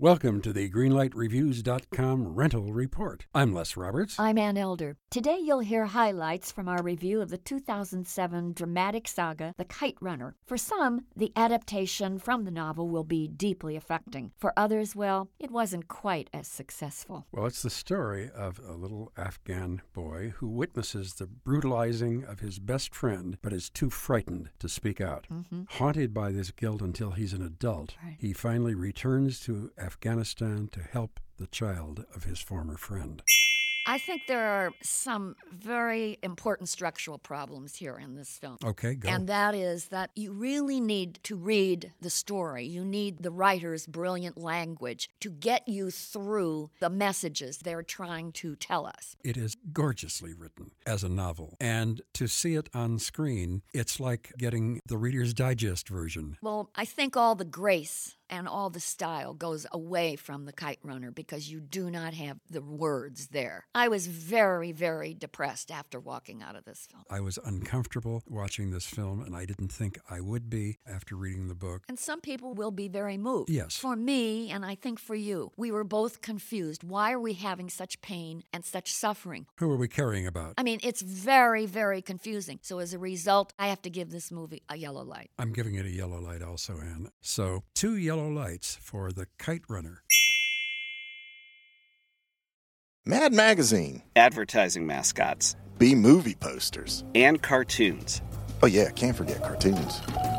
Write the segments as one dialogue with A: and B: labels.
A: Welcome to the GreenlightReviews.com rental report. I'm Les Roberts.
B: I'm Ann Elder. Today you'll hear highlights from our review of the 2007 dramatic saga, The Kite Runner. For some, the adaptation from the novel will be deeply affecting. For others, well, it wasn't quite as successful.
A: Well, it's the story of a little Afghan boy who witnesses the brutalizing of his best friend but is too frightened to speak out.
B: Mm-hmm.
A: Haunted by this guilt until he's an adult,
B: Right.
A: he finally returns to Afghanistan to help the child of his former friend.
B: I think there are some very important structural problems here in this film.
A: Okay, Oh, go.
B: And that is that you really need to read the story. You need the writer's brilliant language to get you through the messages they're trying to tell us.
A: It is gorgeously written as a novel. And to see it on screen, it's like getting the Reader's Digest version.
B: Well, I think all the grace and all the style goes away from the kite runner because you do not have the words there. I was very, very depressed after walking out of this film.
A: I was uncomfortable watching this film, and I didn't think I would be after reading the book.
B: And some people will be very moved.
A: Yes.
B: For me, and I think for you, we were both confused. Why are we having such pain and such suffering?
A: Who are we caring about?
B: I mean, it's very, very confusing. So as a result, I have to give this movie a yellow light.
A: I'm giving it a yellow light also, Anne. So, two yellow lights for The Kite Runner.
C: Mad Magazine,
D: advertising mascots,
C: B movie posters.
D: and cartoons.
C: Oh, yeah, can't forget cartoons.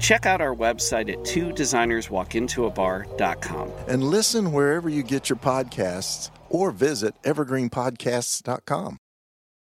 D: Check out our website at two designerswalkintoabar.com.
C: And listen wherever you get your podcasts or visit evergreenpodcasts.com.